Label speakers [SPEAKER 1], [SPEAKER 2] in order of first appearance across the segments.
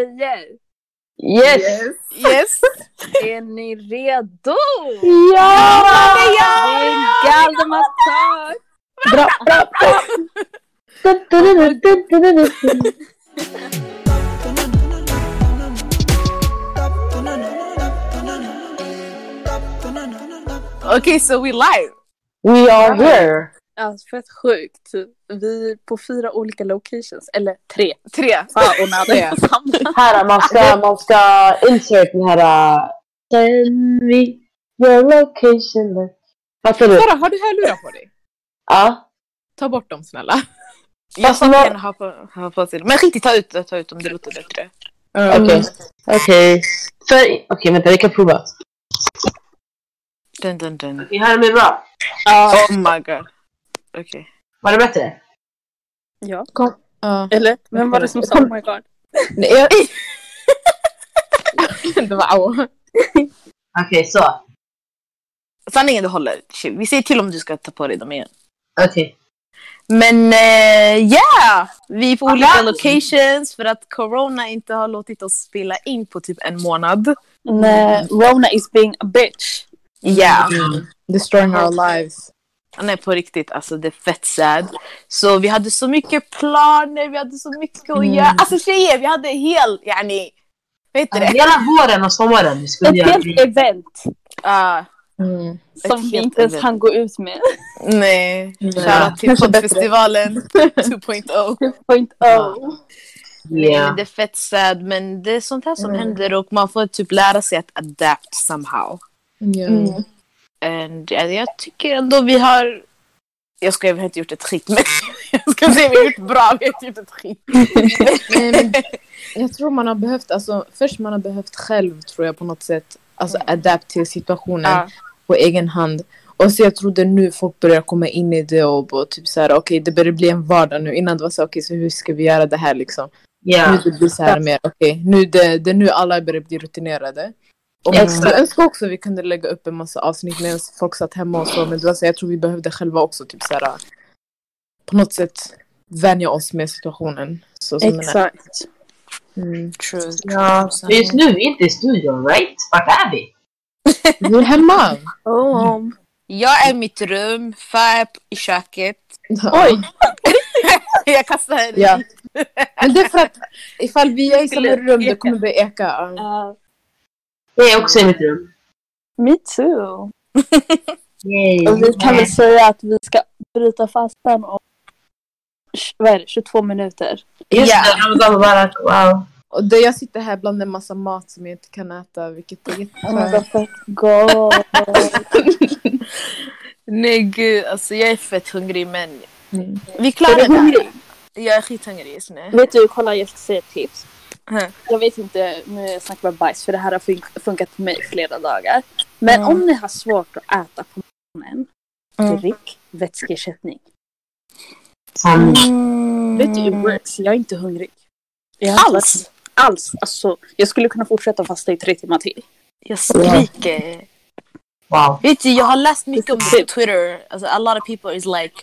[SPEAKER 1] Tjejer,
[SPEAKER 2] Yes!
[SPEAKER 3] Yes!
[SPEAKER 1] är ni redo?
[SPEAKER 2] Ja!
[SPEAKER 1] Det är en galdemassage!
[SPEAKER 2] Bra, bra, bra! Du, du, du, du, du, du, du.
[SPEAKER 3] Okay, so we live!
[SPEAKER 2] We are here!
[SPEAKER 1] Alltså fett sjukt. Vi är på fyra olika locations, eller tre.
[SPEAKER 3] Tre.
[SPEAKER 1] Fan och nada.
[SPEAKER 3] Tre.
[SPEAKER 2] Här, man ska, man ska insert den här... uh, Send me your location. Fattar du?
[SPEAKER 3] Sara, har du hörlurar på dig?
[SPEAKER 2] Ja.
[SPEAKER 3] Ta bort dem snälla.
[SPEAKER 2] Fast nå-
[SPEAKER 3] Jag har på, har på sig. Men skit i, ta ut, ta ut om det låter bättre.
[SPEAKER 2] Okej. Okej. För... Okej, vänta, vi kan prova.
[SPEAKER 3] Dun, dun, dun.
[SPEAKER 2] Vi hör mig bra.
[SPEAKER 3] Oh my god. Okej.
[SPEAKER 2] Var det bättre?
[SPEAKER 1] Ja. Eller? Vem var det som sa oh my god?
[SPEAKER 3] Nej, jag... det var au.
[SPEAKER 2] Okej, så.
[SPEAKER 3] Sanningen du håller. Shit, Vi säger till om du ska ta på dig dem igen.
[SPEAKER 2] Okej.
[SPEAKER 3] Men eh, yeah! Vi är på olika
[SPEAKER 2] Alla.
[SPEAKER 3] locations för att corona inte har låtit oss spela in på typ en månad.
[SPEAKER 1] Nej, Rona is being a bitch.
[SPEAKER 3] Yeah.
[SPEAKER 4] Destroying our lives.
[SPEAKER 3] Nej på riktigt, alltså det är fett sad. Så vi hade så mycket planer, vi hade så mycket att
[SPEAKER 4] Mm.
[SPEAKER 3] göra. Alltså tjejer, vi hade hel, yani, vad heter det?
[SPEAKER 2] Hela våren och sommaren vi skulle
[SPEAKER 1] Ett
[SPEAKER 2] göra
[SPEAKER 1] helt event
[SPEAKER 3] Ah,
[SPEAKER 4] Mm.
[SPEAKER 1] som
[SPEAKER 3] Ett
[SPEAKER 1] vi
[SPEAKER 3] helt
[SPEAKER 1] inte ens
[SPEAKER 3] event.
[SPEAKER 1] hann gå ut med.
[SPEAKER 3] nej,
[SPEAKER 4] Ja.
[SPEAKER 3] shoutout till poddfestivalen 2.0.
[SPEAKER 1] 2.0.
[SPEAKER 3] Yeah.
[SPEAKER 2] Ja.
[SPEAKER 3] Det är fett sad, men det är sånt här som
[SPEAKER 4] Mm.
[SPEAKER 3] händer och man får typ lära sig att adapt somehow.
[SPEAKER 4] Yeah.
[SPEAKER 1] Mm.
[SPEAKER 3] And, ja, jag tycker ändå vi har... Jag ska vi har inte gjort ett skit, men jag ska säga vi har gjort bra, vi har inte gjort ett skit.
[SPEAKER 4] Nej, men jag tror man har behövt, alltså, först man har behövt själv tror jag på något sätt, alltså adapt till situationen
[SPEAKER 3] Ja.
[SPEAKER 4] på egen hand. Och så jag tror det är nu folk börjar komma in i det och bara, typ så här, okej det börjar bli en vardag nu. Innan det var så okej så hur ska vi göra det här liksom.
[SPEAKER 2] Ja.
[SPEAKER 4] Nu det blir så här mer okej, nu det, det är nu alla börjar bli rutinerade. Och
[SPEAKER 2] Mm.
[SPEAKER 4] jag önskar också att vi kunde lägga upp en massa avsnitt medan folk satt hemma och så. Men det var så, här, jag tror vi behövde själva också typ så här, på något sätt vänja oss med situationen. Så som den är.
[SPEAKER 1] Exakt.
[SPEAKER 4] Mm.
[SPEAKER 3] True.
[SPEAKER 2] Ja. Men Just nu är vi inte i studion, right? Vart är vi?
[SPEAKER 4] Vi är hemma!
[SPEAKER 1] Oh.
[SPEAKER 3] Jag är i mitt rum, Fab är i köket.
[SPEAKER 4] Oj!
[SPEAKER 3] Jag kastar henne
[SPEAKER 4] Ja.
[SPEAKER 3] dit.
[SPEAKER 4] Men det är för att ifall vi är i samma
[SPEAKER 3] Skulle
[SPEAKER 4] rum det
[SPEAKER 3] eka.
[SPEAKER 4] kommer börja eka.
[SPEAKER 1] Uh,
[SPEAKER 2] Jag är också i mitt rum.
[SPEAKER 1] me too.
[SPEAKER 2] Yay.
[SPEAKER 1] Och vi kan
[SPEAKER 2] Mm.
[SPEAKER 1] väl säga att vi ska bryta fastan om tj- vad är det, 22 minuter.
[SPEAKER 2] Just
[SPEAKER 3] Ja.
[SPEAKER 2] det, Ramadan Mubarak. Wow.
[SPEAKER 4] Och det, jag sitter här bland en massa mat som jag inte kan äta vilket är
[SPEAKER 1] Oh,
[SPEAKER 4] jätteskönt.
[SPEAKER 1] vad fett gott.
[SPEAKER 3] Nej gud, alltså jag är fett hungrig men
[SPEAKER 4] Mm.
[SPEAKER 3] vi
[SPEAKER 1] Är
[SPEAKER 3] klarar
[SPEAKER 1] du
[SPEAKER 3] det. Jag är skithungrig just nu.
[SPEAKER 1] Vet du, kolla jag ska säga ett tips.
[SPEAKER 3] Mm.
[SPEAKER 1] Jag vet inte, nu snackar jag bajs för det här har fun- funkat för mig i flera dagar. Men
[SPEAKER 3] Mm.
[SPEAKER 1] om ni har svårt att äta på morgonen, drick vätskeersättning. Mm.
[SPEAKER 2] Som
[SPEAKER 1] Vet du, it works. Jag är inte hungrig. Mm. Jag har
[SPEAKER 3] Alls?
[SPEAKER 1] varit- Alls! Alltså, jag skulle kunna fortsätta fasta i tre timmar till.
[SPEAKER 3] Jag skriker.
[SPEAKER 2] Wow.
[SPEAKER 3] Vet du, jag har läst mycket om det
[SPEAKER 1] Typ.
[SPEAKER 3] på Twitter. Alltså, a lot of people is like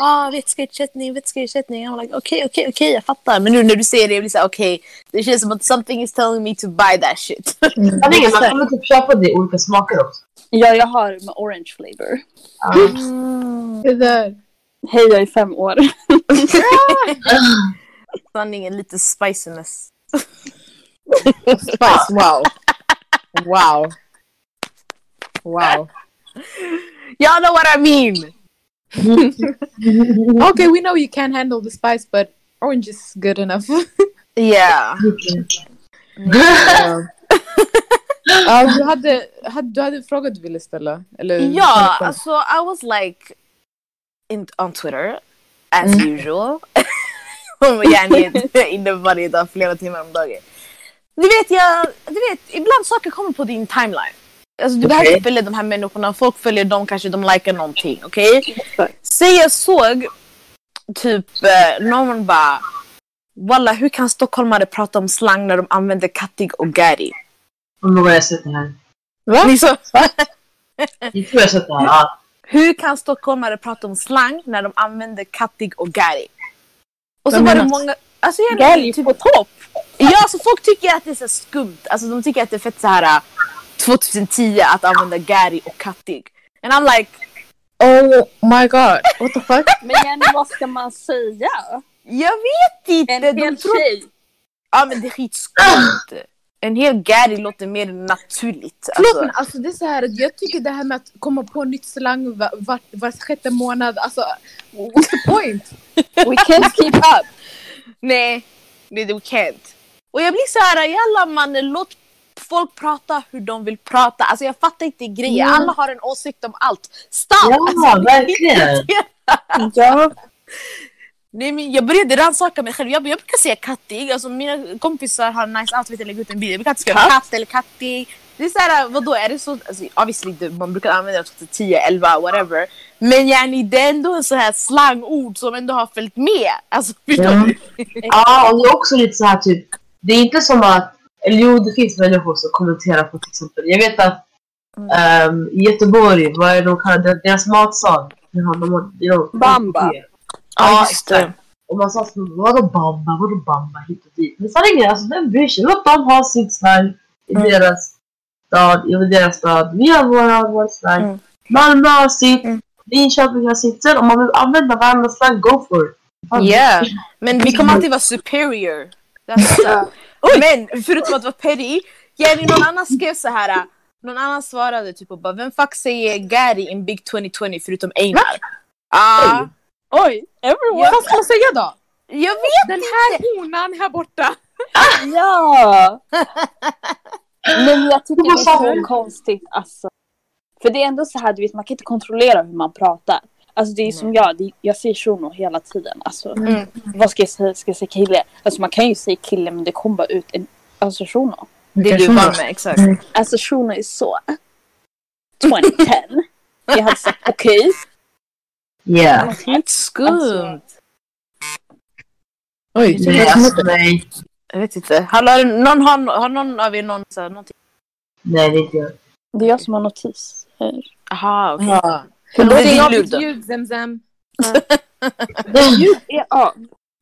[SPEAKER 3] ah, vätskeersättning, vätskeersättning. I'm like okej, okej, okej, jag fattar. Men nu när du säger det, jag blir såhär okej, det känns som att something is telling me to buy that shit.
[SPEAKER 1] Mm.
[SPEAKER 2] Sanningen, man kommer typ köpa det i olika smaker också.
[SPEAKER 1] Ja, jag har med orange flavor.
[SPEAKER 2] Ja.
[SPEAKER 3] Mm.
[SPEAKER 1] Mm.
[SPEAKER 4] Det där.
[SPEAKER 1] Hej, jag är fem år.
[SPEAKER 3] Sanningen, lite spiciness.
[SPEAKER 4] Spice, wow. Wow. Wow.
[SPEAKER 3] Y'all know what I mean!
[SPEAKER 4] Okay, we know you can't handle the spice but orange is good enough.
[SPEAKER 3] Yeah.
[SPEAKER 4] Ja. Ja, du, hade, hade, du hade en fråga du ville ställa? Eller,
[SPEAKER 3] Ja, alltså I was like in, on Twitter as
[SPEAKER 4] Mm.
[SPEAKER 3] usual. Och gärna inne varje dag, flera timmar om dagen. Du vet, jag, du vet, ibland saker kommer på din timeline. Alltså, du behöver
[SPEAKER 2] Okej.
[SPEAKER 3] inte följa de här människorna. Folk följer dem, kanske de likar någonting. Okej? Säg jag såg typ eh, någon bara Walla, hur kan stockholmare prata om slang när de använder kattig och gäri?
[SPEAKER 2] Om någon har sett det här.
[SPEAKER 3] Ni så-
[SPEAKER 2] Jag tror jag har sett det här. Ja.
[SPEAKER 3] Hur kan stockholmare prata om slang när de använder kattig och gäri? Och så
[SPEAKER 4] Vem
[SPEAKER 3] var det
[SPEAKER 4] menas?
[SPEAKER 3] många... Alltså, jag,
[SPEAKER 1] Galg på topp!
[SPEAKER 3] Ja, alltså folk tycker att det är så skumt. Alltså de tycker att det är fett så här äh, 2010 att använda gäri och kattig. And I'm like,
[SPEAKER 4] Oh my god, what the fuck?
[SPEAKER 1] Men Jenny, vad ska man säga?
[SPEAKER 3] jag vet inte.
[SPEAKER 1] En
[SPEAKER 3] de
[SPEAKER 1] hel
[SPEAKER 3] tror...
[SPEAKER 1] tjej!
[SPEAKER 3] Ja men det är skitskumt. En hel gäri låter mer naturligt.
[SPEAKER 4] Förlåt
[SPEAKER 3] Alltså.
[SPEAKER 4] men alltså det är så här, jag tycker det här med att komma på nytt slang var, var, var sjätte månad, alltså what's the point?
[SPEAKER 3] We can't keep up. Nej, det, det we can't. Och jag blir så här, jalla mannen låt folk prata hur de vill prata. Alltså jag fattar inte grejer.
[SPEAKER 2] Mm.
[SPEAKER 3] Alla har en åsikt om allt. Stopp!
[SPEAKER 2] Ja,
[SPEAKER 3] alltså,
[SPEAKER 2] verkligen.
[SPEAKER 1] Ja.
[SPEAKER 3] Nej, men jag började rannsaka mig själv. Jag, jag brukar säga kattig. Alltså, mina kompisar har en nice outfit eller lägger ut en bild. Jag brukar inte skriva katt eller kattig. Det är såhär, vadå är det så? Alltså, obviously, det- man brukar använda det till 10, 11, whatever. Men yani, det är ändå en sån här slangord som ändå har följt med. Alltså, förstår
[SPEAKER 2] Ja.
[SPEAKER 3] du?
[SPEAKER 2] Ja, och det är också lite så här typ. Det är inte som att, eller jo det finns människor som kommenterar på till exempel. Jag vet att ehm, i Göteborg, vad är det de kallar det? Deras matsal. De har, de har, you know,
[SPEAKER 1] Bamba.
[SPEAKER 2] Ja, exakt. Och man sa så, vadå bamba, vadå bamba hit och dit. Men sanningen alltså vem bryr sig? Låt dem ha sitt slang i
[SPEAKER 3] Mm.
[SPEAKER 2] deras stad, i deras stad. Vi har våra, vårt slang.
[SPEAKER 3] Mm.
[SPEAKER 2] Malmö har sitt,
[SPEAKER 3] Mm.
[SPEAKER 2] Linköping har sitt. Sen om man vill använda varandras slang, go for it. Fan,
[SPEAKER 3] Yeah. Men vi kommer alltid vara superior. That's, uh, men förutom att vara petty, Jenny, någon annan skrev så här. Någon annan svarade typ och bara vem fuck säger Gary in Big 2020 förutom Einar? Ah,
[SPEAKER 1] Oj, everyone!
[SPEAKER 4] Vad ska man säga då?
[SPEAKER 3] jag vet
[SPEAKER 4] Den här honan här borta!
[SPEAKER 1] Ja! Men jag tycker
[SPEAKER 2] Det
[SPEAKER 1] det
[SPEAKER 2] var
[SPEAKER 1] är
[SPEAKER 2] så-
[SPEAKER 1] så konstigt alltså. För det är ändå så här, du vet, man kan inte kontrollera hur man pratar. Alltså det är som jag, det, jag säger shuno hela tiden. Alltså,
[SPEAKER 3] Mm.
[SPEAKER 1] Vad ska jag säga? Ska jag säga kille? Alltså man kan ju säga kille men det kommer bara ut en alltså, shuno.
[SPEAKER 3] det du var med, exakt.
[SPEAKER 1] Alltså shuno är så 2010. Jag hade sagt okej.
[SPEAKER 2] Yeah.
[SPEAKER 3] Helt skumt.
[SPEAKER 4] Oj,
[SPEAKER 2] Nej, alltså, nej.
[SPEAKER 3] Jag vet inte. Hallå, har någon, har, har någon av er någon så här, någonting?
[SPEAKER 2] Nej, det är inte jag.
[SPEAKER 1] Det är jag som har notis. här.
[SPEAKER 3] Aha, okej.
[SPEAKER 4] Ja.
[SPEAKER 3] Men
[SPEAKER 4] Det
[SPEAKER 3] då är det
[SPEAKER 4] är
[SPEAKER 3] din lur
[SPEAKER 4] mitt
[SPEAKER 3] då.
[SPEAKER 4] ljud, Zemzem.
[SPEAKER 1] Ja,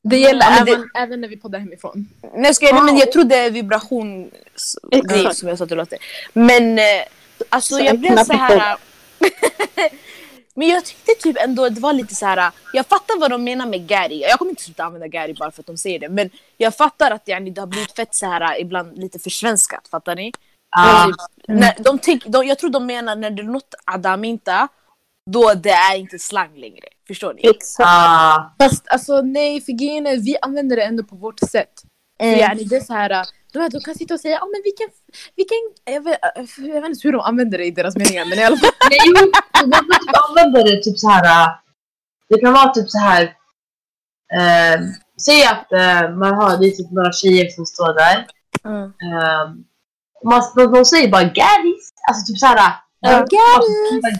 [SPEAKER 4] Det gäller
[SPEAKER 3] Ja, men det-
[SPEAKER 4] även, även när vi poddar hemifrån.
[SPEAKER 3] Nej, ska jag, nej, men jag tror det är vibration s-
[SPEAKER 1] Exakt.
[SPEAKER 3] grej som jag sa till Lotte. Men eh, alltså
[SPEAKER 1] Så
[SPEAKER 3] jag
[SPEAKER 1] öppna
[SPEAKER 3] blev så här.
[SPEAKER 1] pickor.
[SPEAKER 3] men jag tyckte typ ändå att det var lite så här. Jag fattar vad de menar med Gary. Jag kommer inte sluta använda Gary bara för att de säger det. Men jag fattar att yani, det har blivit fett så här ibland lite försvenskat. Fattar ni?
[SPEAKER 2] Ah,
[SPEAKER 3] Typ,
[SPEAKER 1] Mm.
[SPEAKER 3] När de tyck, de, jag tror de menar när det är något adaminta. Då det är inte slang längre. Förstår ni?
[SPEAKER 1] exakt.
[SPEAKER 2] ah,
[SPEAKER 4] Fast alltså nej, för grejen är, vi använder det ändå på vårt sätt.
[SPEAKER 3] Mm.
[SPEAKER 4] Mm. Yani, det är så här, de, här, de kan sitta och säga, oh, men vilken, vilken, jag vet, eh, jag vet inte hur de använder det i deras meningar, men i alla fall.
[SPEAKER 2] Nej, jo, men man kan typ använda det typ så här. äh, Det kan vara typ så här. Eh, säg att eh, man har det är typ några tjejer som står där.
[SPEAKER 3] Mm.
[SPEAKER 2] Eh, man, de, de säger bara garis. Alltså typ såhär.
[SPEAKER 1] Ja.
[SPEAKER 2] Garis,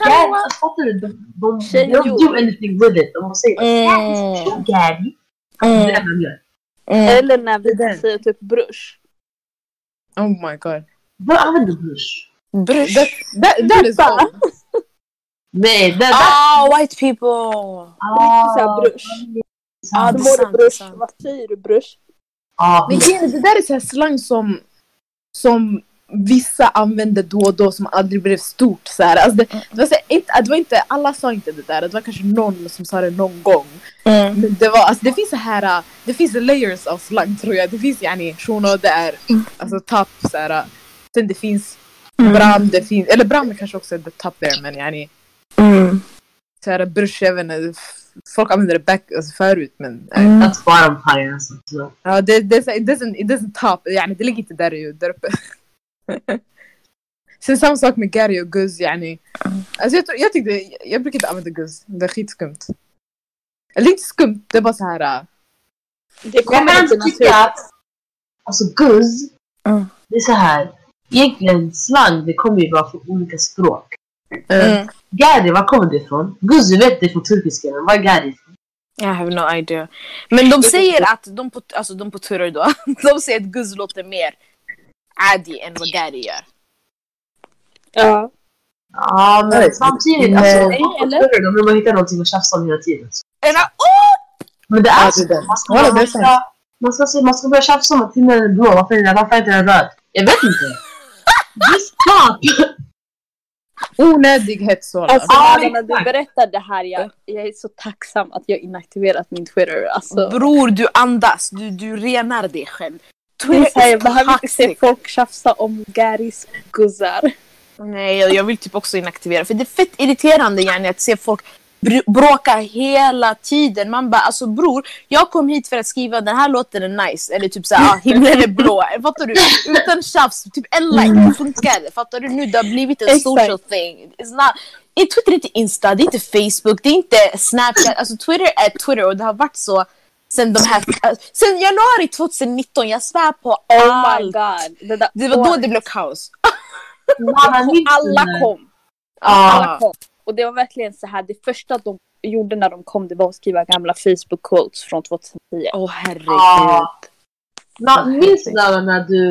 [SPEAKER 2] fattar du? De, de, de,
[SPEAKER 1] Tjejer.
[SPEAKER 2] don't do anything with it. De säger bara
[SPEAKER 3] Mm.
[SPEAKER 2] garis. Det är
[SPEAKER 3] Mm.
[SPEAKER 2] det de gör.
[SPEAKER 3] Mm.
[SPEAKER 1] Eller när vi säger typ brush.
[SPEAKER 4] Oh my god.
[SPEAKER 2] De använder brush.
[SPEAKER 3] Brush.
[SPEAKER 4] That, that is all.
[SPEAKER 2] Nej, det där.
[SPEAKER 3] Ah, white people!
[SPEAKER 1] Riktigt såhär brush.
[SPEAKER 3] Ah,
[SPEAKER 2] Ah,
[SPEAKER 3] det
[SPEAKER 1] Hur mår
[SPEAKER 3] är
[SPEAKER 1] du
[SPEAKER 3] sant,
[SPEAKER 1] brush?
[SPEAKER 3] det är sant.
[SPEAKER 1] Vad säger du brush?
[SPEAKER 2] ah,
[SPEAKER 4] Men grejen är, det där är så här slang som, som vissa använde då och då som aldrig blev stort. Så här. Alltså, det, det, var så här, inte, det var inte, alla sa inte det där, det var kanske någon som sa det någon gång.
[SPEAKER 1] Mm.
[SPEAKER 4] Men det, var, alltså, det finns så här, äh, det finns layers av slang tror jag. Det finns yani shuno, det är alltså tapp så här. äh. Sen det finns bram, det finns, eller bram är kanske också är tapp där men yani så här brush, jag vet inte, f- folk använder det back, alltså, förut men äh,
[SPEAKER 2] That's bottom high alltså. Så.
[SPEAKER 4] ja, det, det, är så här, it doesn't, it doesn't top, يعني yani det ligger inte där, ju- där uppe. Sen samma sak med Gary och Guz yani. Alltså jag, tror- jag tyckte, jag brukar inte använda Guz, det är skitskumt. Eller det är inte skumt, det är bara så här. äh,
[SPEAKER 1] Det
[SPEAKER 2] Jag
[SPEAKER 1] kommer
[SPEAKER 2] kan
[SPEAKER 1] inte
[SPEAKER 2] inte tycka
[SPEAKER 1] naturligt.
[SPEAKER 2] att... Alltså guzz,
[SPEAKER 3] Mm.
[SPEAKER 2] det är så här. Egentligen slang, det kommer ju bara från olika språk.
[SPEAKER 3] Mm.
[SPEAKER 2] Gari, var kommer det ifrån? Guzz, du vet det är från turkiska, men vad är gari?
[SPEAKER 3] I have no idea. Men de säger att de på, alltså de på Twitter då, de säger att Guz låter mer Adi än vad Gary gör.
[SPEAKER 1] Ja.
[SPEAKER 2] Ja, men
[SPEAKER 4] Nej.
[SPEAKER 2] samtidigt,
[SPEAKER 4] Nej.
[SPEAKER 2] alltså...
[SPEAKER 1] Nej,
[SPEAKER 2] vad
[SPEAKER 1] eller?
[SPEAKER 2] gör De vill bara hitta någonting att tjafsa om hela tiden.
[SPEAKER 3] Ena,
[SPEAKER 2] Men det
[SPEAKER 4] Ja,
[SPEAKER 2] är
[SPEAKER 4] det är det.
[SPEAKER 2] så. Man ska
[SPEAKER 4] Ja, det är
[SPEAKER 2] använda
[SPEAKER 4] sant.
[SPEAKER 2] Man ska, se, man ska börja tjafsa om att himlen är blå, varför är den, varför är inte den röd? Jag vet inte. Just fuck!
[SPEAKER 4] Onödig hets sådana.
[SPEAKER 1] Alltså
[SPEAKER 2] Ja,
[SPEAKER 1] Nada, när du
[SPEAKER 2] exakt.
[SPEAKER 1] berättade det här, jag, jag är så tacksam att jag inaktiverat min Twitter. Alltså,
[SPEAKER 3] Bror, du andas. Du, du renar dig själv.
[SPEAKER 1] det är så här,
[SPEAKER 3] Twitter
[SPEAKER 1] jag behöver
[SPEAKER 3] är
[SPEAKER 1] inte se
[SPEAKER 3] toxic.
[SPEAKER 1] folk tjafsa om Oh Garis guzzar.
[SPEAKER 3] Nej, jag jag vill typ också inaktivera. För det är fett irriterande yani, att se folk br- bråka hela tiden. Man bara, alltså bror, jag kom hit för att skriva den här låten är nice. Eller typ såhär, ah, himlen är blå. Fattar du? Utan tjafs, typ en like, det funkar. Fattar du? Nu det har blivit en
[SPEAKER 1] Exakt.
[SPEAKER 3] social thing. It's not, i Twitter är inte Insta, det är inte Facebook, det är inte Snapchat. Alltså Twitter är Twitter och det har varit så sen de här... alltså, Sen januari 2019, jag svär på
[SPEAKER 1] Oh my
[SPEAKER 3] allt.
[SPEAKER 1] god. Det, där,
[SPEAKER 3] Det var då det blev kaos.
[SPEAKER 1] Alla kom.
[SPEAKER 3] Ah.
[SPEAKER 2] Ja,
[SPEAKER 1] Alla kom. Och det var verkligen så här, det första de gjorde när de kom det var att skriva gamla Facebook-quotes från 2010.
[SPEAKER 3] Åh herregud.
[SPEAKER 2] Ja. Na- minns du när- när du...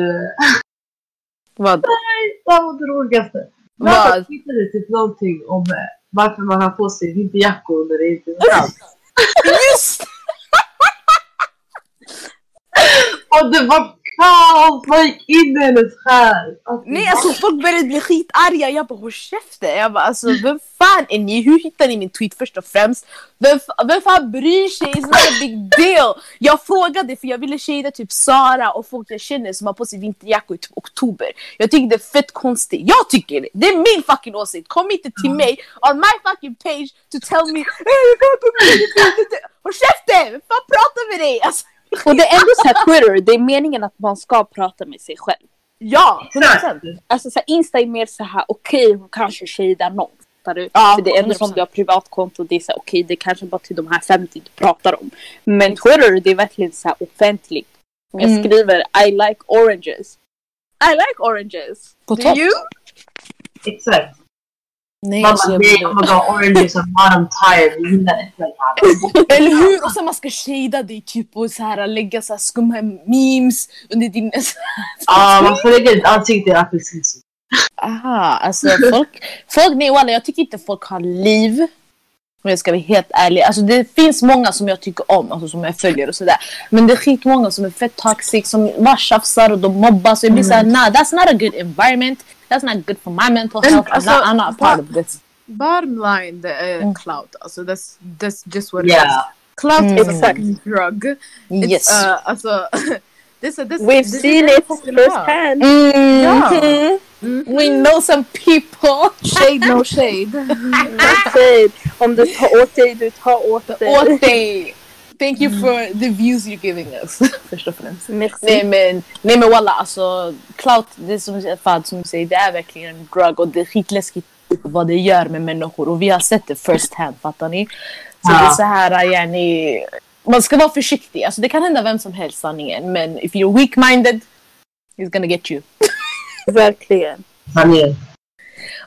[SPEAKER 3] Vad?
[SPEAKER 2] Det var det roligaste.
[SPEAKER 3] Vad?
[SPEAKER 2] Jag tittade typ någonting om eh, varför man har på sig vinterjackor när det inte är kallt.
[SPEAKER 3] Just
[SPEAKER 2] Och det var kaos! Man gick in i hennes själ. Alltså,
[SPEAKER 3] Nej alltså folk började bli skitarga, jag bara håll käften! Jag bara alltså vem fan är ni? Hur hittar ni min tweet först och främst? Vem, fa- vem fan bryr sig? It's not a big deal! Jag frågade för jag ville shada typ Sara och folk jag känner som har på sig vinterjackor i typ oktober. Jag tycker det är fett konstigt. Jag tycker det! Det är min fucking åsikt! Kom inte till mig on my fucking page to tell me "Hey, jag kan inte bli vinterjackor." Håll käften! Vem fan pratar med dig? Alltså,
[SPEAKER 1] Och det är ändå så här Twitter, det är meningen att man ska prata med sig själv.
[SPEAKER 3] ja! 100%.
[SPEAKER 2] exakt.
[SPEAKER 1] Alltså så här, Insta är mer så här, okej hon kanske shadar någon. fattar du?
[SPEAKER 3] Ja,
[SPEAKER 1] För det är ändå
[SPEAKER 3] 100%.
[SPEAKER 1] som du har privatkonto, det är så här, okej det kanske bara till de här 50 du pratar om. Men Twitter det är verkligen så här offentligt. Om jag
[SPEAKER 3] Mm.
[SPEAKER 1] skriver I like oranges. I like oranges.
[SPEAKER 3] På
[SPEAKER 1] Do
[SPEAKER 3] topp.
[SPEAKER 1] you?
[SPEAKER 2] Exakt.
[SPEAKER 3] Nej,
[SPEAKER 2] Man
[SPEAKER 3] alltså,
[SPEAKER 2] bara,
[SPEAKER 3] jag
[SPEAKER 2] nej,
[SPEAKER 3] blir-
[SPEAKER 2] jag kommer dra oranges and bottom tired. Jag gillar inte det här.
[SPEAKER 3] Eller hur? Och sen man ska shada dig typ och så här, lägga så här skumma memes under din...
[SPEAKER 2] Ja, man får lägga ett ansikte i apelsinsup.
[SPEAKER 3] Aha, alltså folk... folk nej walla, jag tycker inte folk har liv. Om jag ska vara helt ärlig. Alltså det finns många som jag tycker om, alltså som jag följer och sådär. Men det är skitmånga som är fett toxic, som bara tjafsar och de mobbar. Så jag blir såhär, nah that's not a good environment. That's not good for my mental
[SPEAKER 4] Mm. Men,
[SPEAKER 3] health.
[SPEAKER 4] alltså,
[SPEAKER 3] I'm, not, I'm not part of this.
[SPEAKER 4] Bottom line, det är
[SPEAKER 3] Mm.
[SPEAKER 4] clout. Alltså, that's, that's just what it
[SPEAKER 2] Yeah.
[SPEAKER 4] is. Clout
[SPEAKER 3] Mm.
[SPEAKER 4] is a
[SPEAKER 1] Exakt.
[SPEAKER 4] fucking drug. It's,
[SPEAKER 3] Yes.
[SPEAKER 4] uh, alltså, this, uh, this,
[SPEAKER 1] We've
[SPEAKER 4] this
[SPEAKER 1] seen it first hand.
[SPEAKER 3] Mm.
[SPEAKER 4] Ja. Mm-hmm.
[SPEAKER 3] Mhm. We know some people.
[SPEAKER 4] Shade no shade.
[SPEAKER 1] Okej, Om du tar åt dig, du tar åt dig.
[SPEAKER 3] åt dig. Thank you for the views you're giving us. Först och främst. Nej
[SPEAKER 1] Merci.
[SPEAKER 3] men, nej men walla alltså. Clout, det är som Fad som säger, det är verkligen en drug och det är skitläskigt vad det gör med människor och vi har sett det first hand fattar ni? Så
[SPEAKER 2] Ja.
[SPEAKER 3] det är så här äh, yani, man ska vara försiktig. Alltså det kan hända vem som helst sanningen men if you're weak minded it's gonna get you.
[SPEAKER 1] Verkligen.
[SPEAKER 2] Sanningen.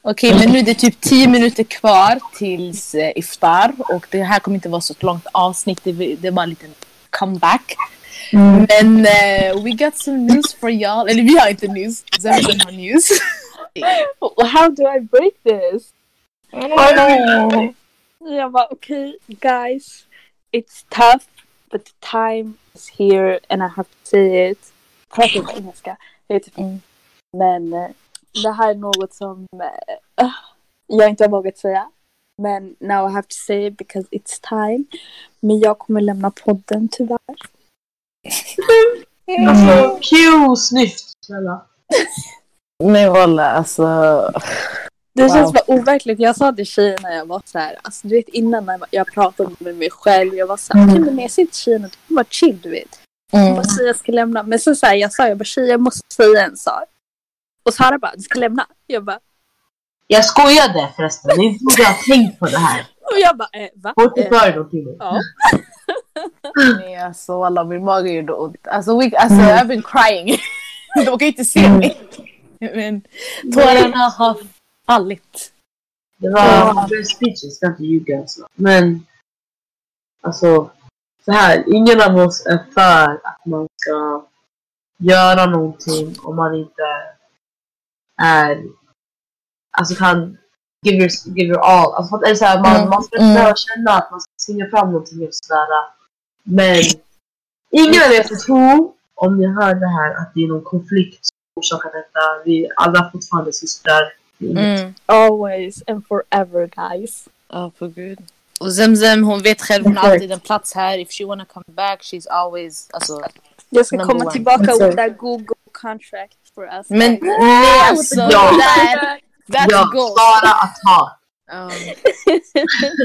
[SPEAKER 3] Okej, men nu är det typ 10 minuter kvar tills eh, Iftar och det här kommer inte vara så ett långt avsnitt. Det, det är bara en liten comeback. Men eh, we got some news for y'all. Eller vi har inte news. Zemzem har news.
[SPEAKER 1] How do I break this?
[SPEAKER 3] Mm.
[SPEAKER 1] Jag bara okej guys, it's tough but the time is here and I have to say it. Jag Pratar inte engelska. Jag är typ,
[SPEAKER 3] Mm.
[SPEAKER 1] Men eh, det här är något som eh, ah, jag inte har vågat säga. Men now I have to say it because it's time. Men jag kommer lämna podden tyvärr.
[SPEAKER 2] Alltså, Q, snyft. Snälla.
[SPEAKER 3] Men walla alltså.
[SPEAKER 1] Det
[SPEAKER 3] Wow.
[SPEAKER 1] känns bara overkligt. Jag sa till tjejerna när jag var så här, alltså du vet innan när jag pratade med mig själv, jag var så här,
[SPEAKER 3] Mm.
[SPEAKER 1] okej men när jag sitter till tjejerna, de var chill du vet. Jag bara, tjejer jag ska lämna. Men sen så här, jag sa, jag bara, tjejer jag måste säga en sak. Och Sara bara, du ska lämna. Jag bara,
[SPEAKER 2] Jag skojade förresten. Ni borde ha tänkt på det här.
[SPEAKER 1] och jag bara, eh, va?
[SPEAKER 2] Få inte
[SPEAKER 1] Eh,
[SPEAKER 2] för er någonting.
[SPEAKER 1] ja.
[SPEAKER 3] Nej alltså walla min mage gjorde ont. Alltså, we, alltså I've been crying. De kan ju inte se mig. Men tårarna har fallit.
[SPEAKER 2] Det var best speech, jag ska inte ljuga alltså. Men alltså så här, ingen av oss är för att man ska göra någonting om man inte är alltså kan give your, give your all. Alltså, fattar- eller så här, man,
[SPEAKER 3] Mm,
[SPEAKER 2] man ska
[SPEAKER 3] mm.
[SPEAKER 2] inte behöva känna att man ska tvinga fram någonting och sådär. Men Ingen av er får tro, om ni hör det här, att det är någon konflikt som orsakar detta. Vi är alla fortfarande systrar.
[SPEAKER 3] Mm.
[SPEAKER 1] Always and forever guys.
[SPEAKER 3] Ja, på gud. Och Zemzem, hon vet själv, hon har
[SPEAKER 4] Exakt.
[SPEAKER 3] alltid en plats här. If she wanna come back, she's always... Alltså,
[SPEAKER 1] Jag ska
[SPEAKER 3] Number
[SPEAKER 1] komma
[SPEAKER 3] one.
[SPEAKER 1] tillbaka
[SPEAKER 4] Exakt.
[SPEAKER 1] with that Google contract for us.
[SPEAKER 3] men nej alltså,
[SPEAKER 2] Ja.
[SPEAKER 3] that, that's
[SPEAKER 2] ja,
[SPEAKER 3] goals.
[SPEAKER 2] Sara att ha.
[SPEAKER 4] Ja.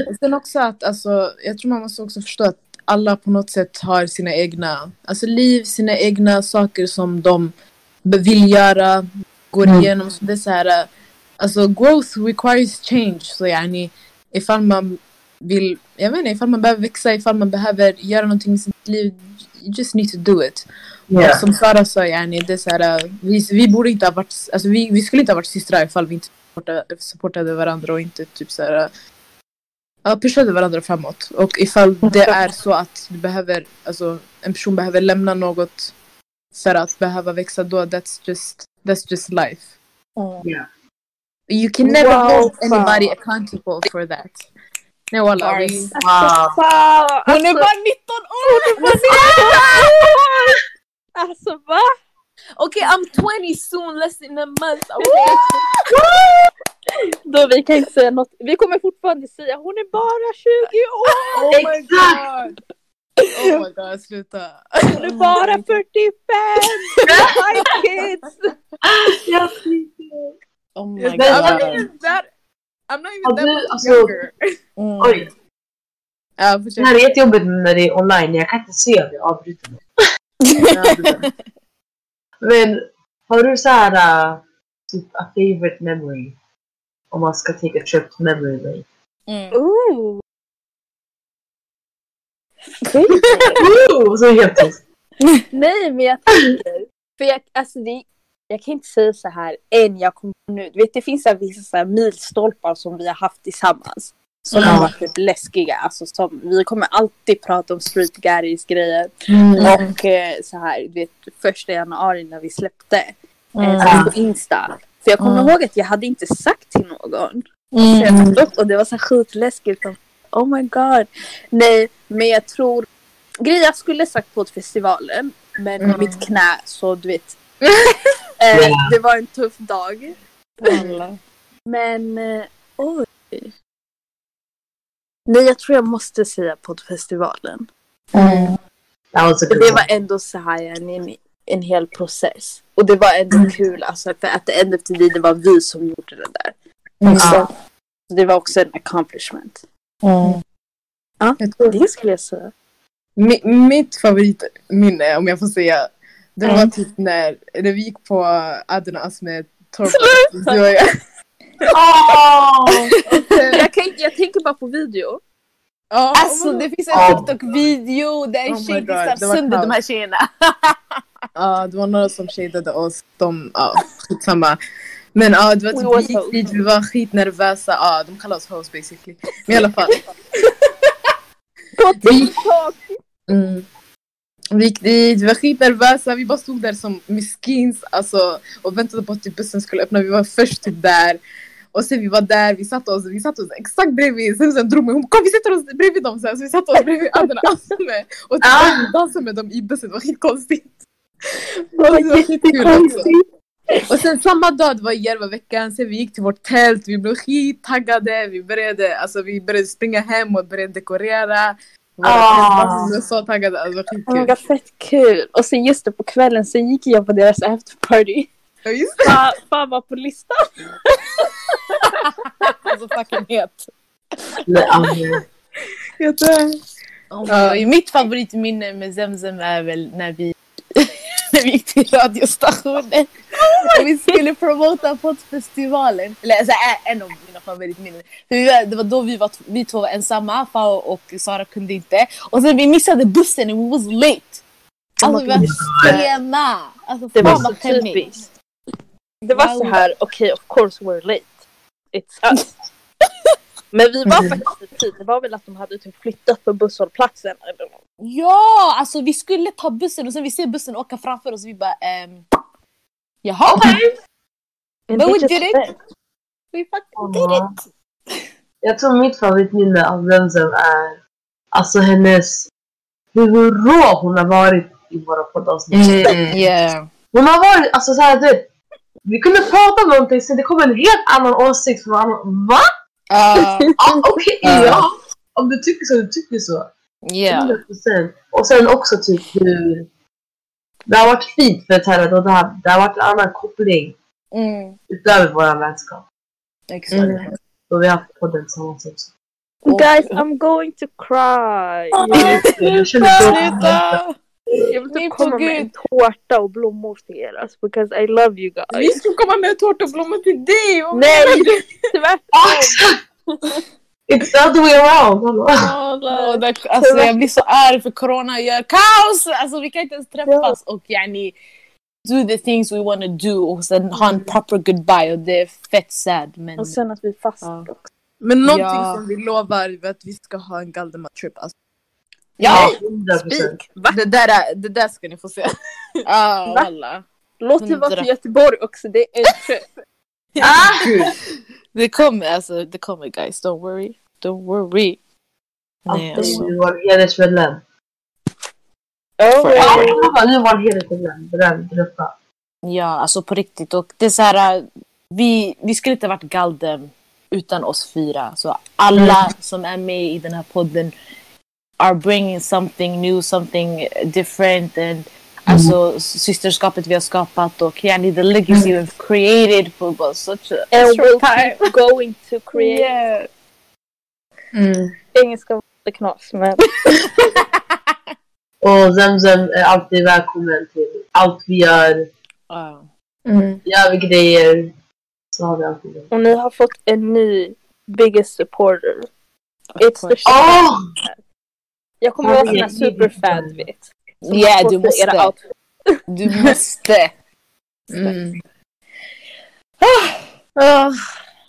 [SPEAKER 4] Och Sen också att alltså, jag tror man måste också förstå att alla på något sätt har sina egna alltså liv, sina egna saker som de be- vill göra, går
[SPEAKER 2] Mm.
[SPEAKER 4] igenom. Så det är så här, eh, alltså growth requires change. Så yani, ifall man vill, jag vet inte, ifall man behöver växa, ifall man behöver göra någonting i sitt liv, you just need to do it. Och
[SPEAKER 2] Yeah.
[SPEAKER 4] Som Sara sa, yani, det är så här, eh, vi, vi borde inte ha varit, alltså vi, vi skulle inte ha varit systrar ifall vi inte supportade, supportade varandra och inte typ så här, eh, ja, pushade varandra framåt. Och ifall det är så att du behöver, alltså en person behöver lämna något för att behöva växa då, that's just, that's just life. You can never
[SPEAKER 1] Mm. Wow,
[SPEAKER 4] hold
[SPEAKER 1] fan.
[SPEAKER 4] anybody accountable for that. Nej walla, vi...
[SPEAKER 3] Bars.
[SPEAKER 2] Wow.
[SPEAKER 1] Wow!
[SPEAKER 3] Hon är bara 19 år! Hon är
[SPEAKER 1] Alltså va?
[SPEAKER 3] Okej, I'm 20 soon, less than a month.
[SPEAKER 1] Då vi kan inte säga något. Vi kommer fortfarande säga hon är bara 20 år!
[SPEAKER 4] Oh my
[SPEAKER 2] Exakt!
[SPEAKER 4] god! Oh my god, sluta.
[SPEAKER 1] Hon är bara
[SPEAKER 3] Mm.
[SPEAKER 1] 45! My kids!
[SPEAKER 2] Ja,
[SPEAKER 3] Oh my
[SPEAKER 2] Men-
[SPEAKER 4] I'm not
[SPEAKER 3] god.
[SPEAKER 4] even that, I'm not even
[SPEAKER 2] Har
[SPEAKER 4] that
[SPEAKER 2] du-
[SPEAKER 4] much
[SPEAKER 2] alltså-
[SPEAKER 4] younger.
[SPEAKER 3] Mm.
[SPEAKER 2] Oj,
[SPEAKER 4] Ja,
[SPEAKER 2] det
[SPEAKER 4] fortsätt.
[SPEAKER 2] här är jättejobbigt när det är online. Jag kan inte se om jag avbryter mig.
[SPEAKER 4] Ja, det är bra.
[SPEAKER 2] Men har du så här uh, typ a favorite memory? Om man ska take a trip to memory lane.
[SPEAKER 3] Mm.
[SPEAKER 1] Ooh.
[SPEAKER 2] Ooh, så är det helt tyst.
[SPEAKER 1] Nej men jag tänker. För jag, alltså det, jag kan inte säga så här än jag kommer på nu. Du vet det finns så här vissa så här milstolpar som vi har haft tillsammans. Som
[SPEAKER 2] Ja.
[SPEAKER 1] har varit typ läskiga. Alltså som, vi kommer alltid prata om street guys grejer.
[SPEAKER 3] Mm.
[SPEAKER 1] Och eh, så här, du vet första januari när vi släppte.
[SPEAKER 3] Mm.
[SPEAKER 1] eh, så här på Insta. För jag kommer
[SPEAKER 3] Mm.
[SPEAKER 1] ihåg att jag hade inte sagt till någon. Så jag
[SPEAKER 3] Mm.
[SPEAKER 1] tog upp och det var så här skitläskigt. Och, Oh my god. Nej, men jag tror... Grejen jag skulle sagt på festivalen, men
[SPEAKER 3] Mm.
[SPEAKER 1] mitt knä så du vet. eh, det var en tuff dag. Men eh, oj. Nej, jag tror jag måste säga poddfestivalen.
[SPEAKER 2] That was a
[SPEAKER 1] För
[SPEAKER 2] good
[SPEAKER 1] det
[SPEAKER 2] one.
[SPEAKER 1] var ändå så här en, en, en hel process. Och det var ändå
[SPEAKER 3] Mm.
[SPEAKER 1] kul alltså, för att det ändå efter det, det var vi som gjorde det där.
[SPEAKER 3] Mm.
[SPEAKER 2] Ja.
[SPEAKER 1] Så det var också en accomplishment.
[SPEAKER 3] Mm.
[SPEAKER 4] Jag tror-
[SPEAKER 1] Det skulle jag säga.
[SPEAKER 4] Mi- Mitt favoritminne, om jag får säga, det var
[SPEAKER 3] Mm.
[SPEAKER 4] typ när, när vi gick på Adnas med Torben. Du och jag.
[SPEAKER 2] Åh!
[SPEAKER 1] Jag, kan, jag tänker bara på video.
[SPEAKER 4] Ja,
[SPEAKER 3] Alltså det finns en
[SPEAKER 2] Ja.
[SPEAKER 3] TikTok-video där en
[SPEAKER 4] Oh my
[SPEAKER 3] tjej
[SPEAKER 4] God,
[SPEAKER 3] dissar
[SPEAKER 4] det var
[SPEAKER 3] sönder de här tjejerna.
[SPEAKER 4] Ja, det var några som shadade oss. De, ja, skitsamma. Men ja, det var
[SPEAKER 1] We was
[SPEAKER 4] typ, vi
[SPEAKER 1] hoes.
[SPEAKER 4] gick dit, vi var skitnervösa. Ja, de kallade oss hoes basically. Men i alla fall.
[SPEAKER 1] På
[SPEAKER 4] Vi, mm, vi gick dit, vi var skitnervösa. Vi bara stod där som miskins alltså, och väntade på att typ bussen skulle öppna. Vi var först typ där. Och sen vi var där, vi satte oss, vi satt oss exakt bredvid. Sen, sen drog mig, hon kom vi sätter oss bredvid dem. Så, här, så vi satte oss bredvid Adnan Asme. Och typ
[SPEAKER 2] Ah.
[SPEAKER 4] började dansa med dem i bussen, det var skitkonstigt. Det var skitkul också. Och sen samma dag, det var i Järvaveckan, sen vi gick till vårt tält, vi blev skittaggade, vi började, alltså, vi började springa hem och började dekorera. Våra
[SPEAKER 2] Ah.
[SPEAKER 4] tältmassor blev så taggade, alltså
[SPEAKER 1] Oh my
[SPEAKER 4] skitkul.
[SPEAKER 1] god, fett kul! Och sen just det, på kvällen så gick jag på deras afterparty.
[SPEAKER 4] Ja, just
[SPEAKER 1] Fan, fan var på listan!
[SPEAKER 3] Alltså fucking het.
[SPEAKER 2] Nej, alltså,
[SPEAKER 4] det.
[SPEAKER 3] Ja, mitt favoritminne med Zemzem är väl när vi, när vi gick till radiostationen och vi skulle promota poddfestivalen. Eller alltså, är en av mina favoritminnen. För vi var, det var då vi, var, vi två var ensamma, Fao och Sara kunde inte. Och sen vi missade bussen and we was late. Alltså vi var sena! Alltså,
[SPEAKER 1] Det var
[SPEAKER 3] fan
[SPEAKER 1] så
[SPEAKER 3] vad skämmigt.
[SPEAKER 1] typiskt. Det var så här, okej of course we're late. It's us. Men vi var faktiskt i tid. Det var väl att de hade typ flyttat på busshållplatsen. eller något.
[SPEAKER 3] Ja, alltså vi skulle ta bussen och sen vi ser bussen åka framför oss och vi bara ehm, Jaha,
[SPEAKER 1] Men
[SPEAKER 3] But we
[SPEAKER 1] just
[SPEAKER 3] did it.
[SPEAKER 1] that.
[SPEAKER 3] we fucking did it!
[SPEAKER 2] Jag tror mitt favoritminne av Zemzem är alltså hennes hur, hur rå hon har varit i våra poddavsnitt.
[SPEAKER 5] Mm.
[SPEAKER 3] Yeah.
[SPEAKER 2] Hon har varit, alltså såhär du vet, vi kunde prata om någonting sen det kom en helt annan åsikt från annan. Va?
[SPEAKER 3] Uh,
[SPEAKER 2] Ja, okej,
[SPEAKER 3] Ja.
[SPEAKER 2] ja. Om du tycker så, du tycker så.
[SPEAKER 3] yeah.
[SPEAKER 2] 100%. Och sen också typ hur... Det har varit fint för Terra och det har, det har varit en annan koppling
[SPEAKER 3] Mm.
[SPEAKER 2] utöver vår vänskap.
[SPEAKER 3] Exakt.
[SPEAKER 2] Då vi har haft podden tillsammans också.
[SPEAKER 1] Guys, I'm going to cry.
[SPEAKER 2] Jag känner så.
[SPEAKER 1] Jag vill
[SPEAKER 3] Min
[SPEAKER 1] typ komma
[SPEAKER 3] på
[SPEAKER 1] med
[SPEAKER 3] Gud.
[SPEAKER 1] en tårta och blommor till er. Alltså, because I love you
[SPEAKER 4] Vi
[SPEAKER 1] guys.
[SPEAKER 4] ska komma med tårta och blommor till dig! Och
[SPEAKER 1] Nej! Tvärtom!
[SPEAKER 2] Ja, exakt! It's the other way around! hallå.
[SPEAKER 3] Och det, alltså, jag blir så arg för corona gör kaos! Alltså, vi kan inte ens träffas och yani, do the things we wanna do och sen ha en proper goodbye och det är fett sad. Men...
[SPEAKER 1] Och sen att vi
[SPEAKER 3] Mm. Ja.
[SPEAKER 1] fastnar också.
[SPEAKER 4] Men någonting
[SPEAKER 3] Ja.
[SPEAKER 4] som vi lovar är att vi ska ha en Galdemar-trip. Alltså,
[SPEAKER 3] ja!
[SPEAKER 2] 100%.
[SPEAKER 4] det, där är, det där ska ni få se.
[SPEAKER 3] Ah,
[SPEAKER 1] Va?
[SPEAKER 3] wallah.
[SPEAKER 1] Låt det vara
[SPEAKER 3] Hundra.
[SPEAKER 1] till Göteborg också, det är en trip.
[SPEAKER 3] det kommer alltså, det kommer guys. Don't worry. Don't worry. Nej,
[SPEAKER 2] Alltid
[SPEAKER 3] alltså.
[SPEAKER 2] du var en hedersmedlem.
[SPEAKER 1] Oh,
[SPEAKER 2] Ja, du var en hedersmedlem. Det där droppa.
[SPEAKER 3] Ja, alltså på riktigt. Och det är så här, äh, vi, vi skulle inte varit Galdem utan oss fyra. Så alla som är med i den här podden are bringing something new, something different. And, Alltså systerskapet vi har skapat och yani the legacy we've created for both such a
[SPEAKER 1] and we'll keep going to create.
[SPEAKER 3] Yeah. Mm,
[SPEAKER 1] Engelska var lite knas men
[SPEAKER 2] Och Zemzem är alltid välkommen till allt vi gör.
[SPEAKER 3] Ja. mm.
[SPEAKER 2] Gör vi grejer så har vi alltid det.
[SPEAKER 1] och ni har fått en ny biggest supporter.
[SPEAKER 3] Of
[SPEAKER 1] It's the
[SPEAKER 3] course.
[SPEAKER 1] shit.
[SPEAKER 2] Åh!
[SPEAKER 1] Jag kommer vara sån här superfan du vet. Som har
[SPEAKER 3] Yeah,
[SPEAKER 1] fått
[SPEAKER 3] du
[SPEAKER 1] era
[SPEAKER 3] måste.
[SPEAKER 1] outfits.
[SPEAKER 3] Du måste.
[SPEAKER 4] Mm.
[SPEAKER 3] Mm.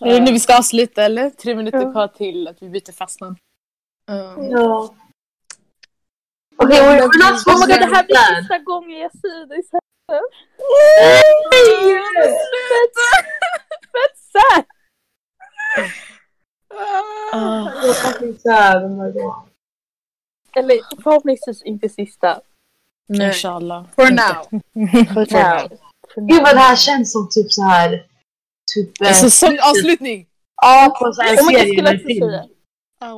[SPEAKER 3] Är det nu vi ska avsluta eller? Tre minuter
[SPEAKER 1] Ja.
[SPEAKER 3] kvar till att vi byter fast namn.
[SPEAKER 4] Um,
[SPEAKER 2] Ja. Okej, okay, we're not
[SPEAKER 1] Oh my god,
[SPEAKER 2] supposed
[SPEAKER 1] det här blir
[SPEAKER 2] to
[SPEAKER 1] sista gången jag säger det så här. Fett- Fett sad!
[SPEAKER 3] Ah,
[SPEAKER 1] Eller förhoppningsvis inte sista.
[SPEAKER 3] Inshallah.
[SPEAKER 4] For
[SPEAKER 3] Inte.
[SPEAKER 4] now.
[SPEAKER 1] Now.
[SPEAKER 2] Gud vad det här känns som typ så här. Typ... eh,
[SPEAKER 3] Säsongsavslutning!
[SPEAKER 2] Ja, på så här en
[SPEAKER 1] Om man inte
[SPEAKER 2] serie
[SPEAKER 1] skulle
[SPEAKER 2] eller en
[SPEAKER 1] också
[SPEAKER 2] film.
[SPEAKER 1] säga.
[SPEAKER 3] Ah,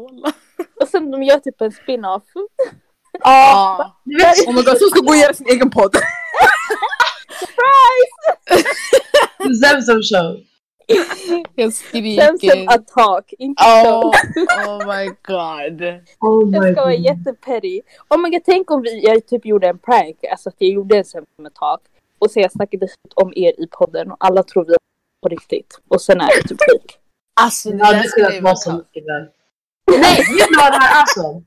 [SPEAKER 1] Och sen de gör typ en spin-off.
[SPEAKER 3] Ja.
[SPEAKER 2] Du vet,
[SPEAKER 4] Oh my god, så ska gå och göra sin egen podd.
[SPEAKER 2] Zemzem show.
[SPEAKER 1] Sen
[SPEAKER 3] Jag
[SPEAKER 1] som
[SPEAKER 3] skriker.
[SPEAKER 1] attack. Inte så.
[SPEAKER 3] Oh, oh my god.
[SPEAKER 2] Oh my
[SPEAKER 1] Jag ska vara
[SPEAKER 2] god.
[SPEAKER 1] jättepetty. Oh Om man kan tänka om vi, jag typ gjorde en prank, alltså att jag gjorde en sån med tak. Och sen jag snackade skit om er i podden och alla tror vi är på riktigt. Och sen är det typ fake.
[SPEAKER 3] Alltså det
[SPEAKER 2] Det hade
[SPEAKER 3] där skulle
[SPEAKER 2] kunnat
[SPEAKER 3] ju
[SPEAKER 2] vara
[SPEAKER 3] vara
[SPEAKER 2] så
[SPEAKER 3] kaos.
[SPEAKER 2] mycket väl. Nej, vet ni vad det här är som?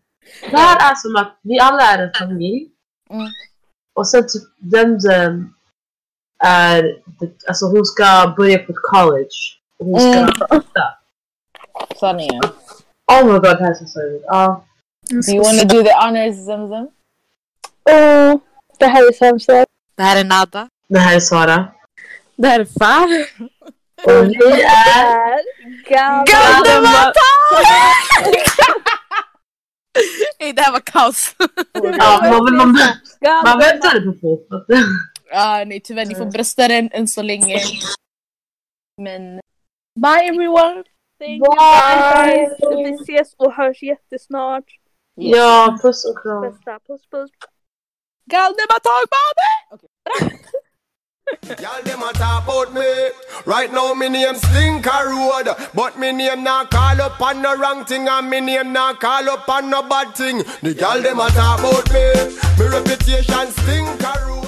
[SPEAKER 2] Det här är som att vi alla är en familj.
[SPEAKER 3] Mm.
[SPEAKER 2] Och sen typ Zemzem är, alltså hon ska börja på ett college. Och hon ska,
[SPEAKER 3] Mm. Sanningen.
[SPEAKER 2] oh my god det här är så sorgligt. Ja.
[SPEAKER 3] Do you wanna do the honors Zemzem?
[SPEAKER 1] Åh, det här är sämst.
[SPEAKER 3] Det här är Nada.
[SPEAKER 2] Det här är Sara.
[SPEAKER 4] Det här är fan.
[SPEAKER 2] Och vi är
[SPEAKER 1] Galdemar!
[SPEAKER 3] Nej det här var kaos.
[SPEAKER 2] Ja, man, vill- man, man väntade på folk. vet du.
[SPEAKER 3] Ah, nej tyvärr, ni får brösta den än så länge. Men bye everyone!
[SPEAKER 1] Galdemar! Vi ses och hörs jättesnart.
[SPEAKER 2] Ja, puss och kram.
[SPEAKER 1] Bästa, puss puss.
[SPEAKER 3] Galdemar
[SPEAKER 6] Y'all dem a talk about me. Right now me name Slinker Road, but me name not call up on no wrong thing, and me name not call up on no bad thing. The y'all dem a talk about me. Me reputation Slinker Road.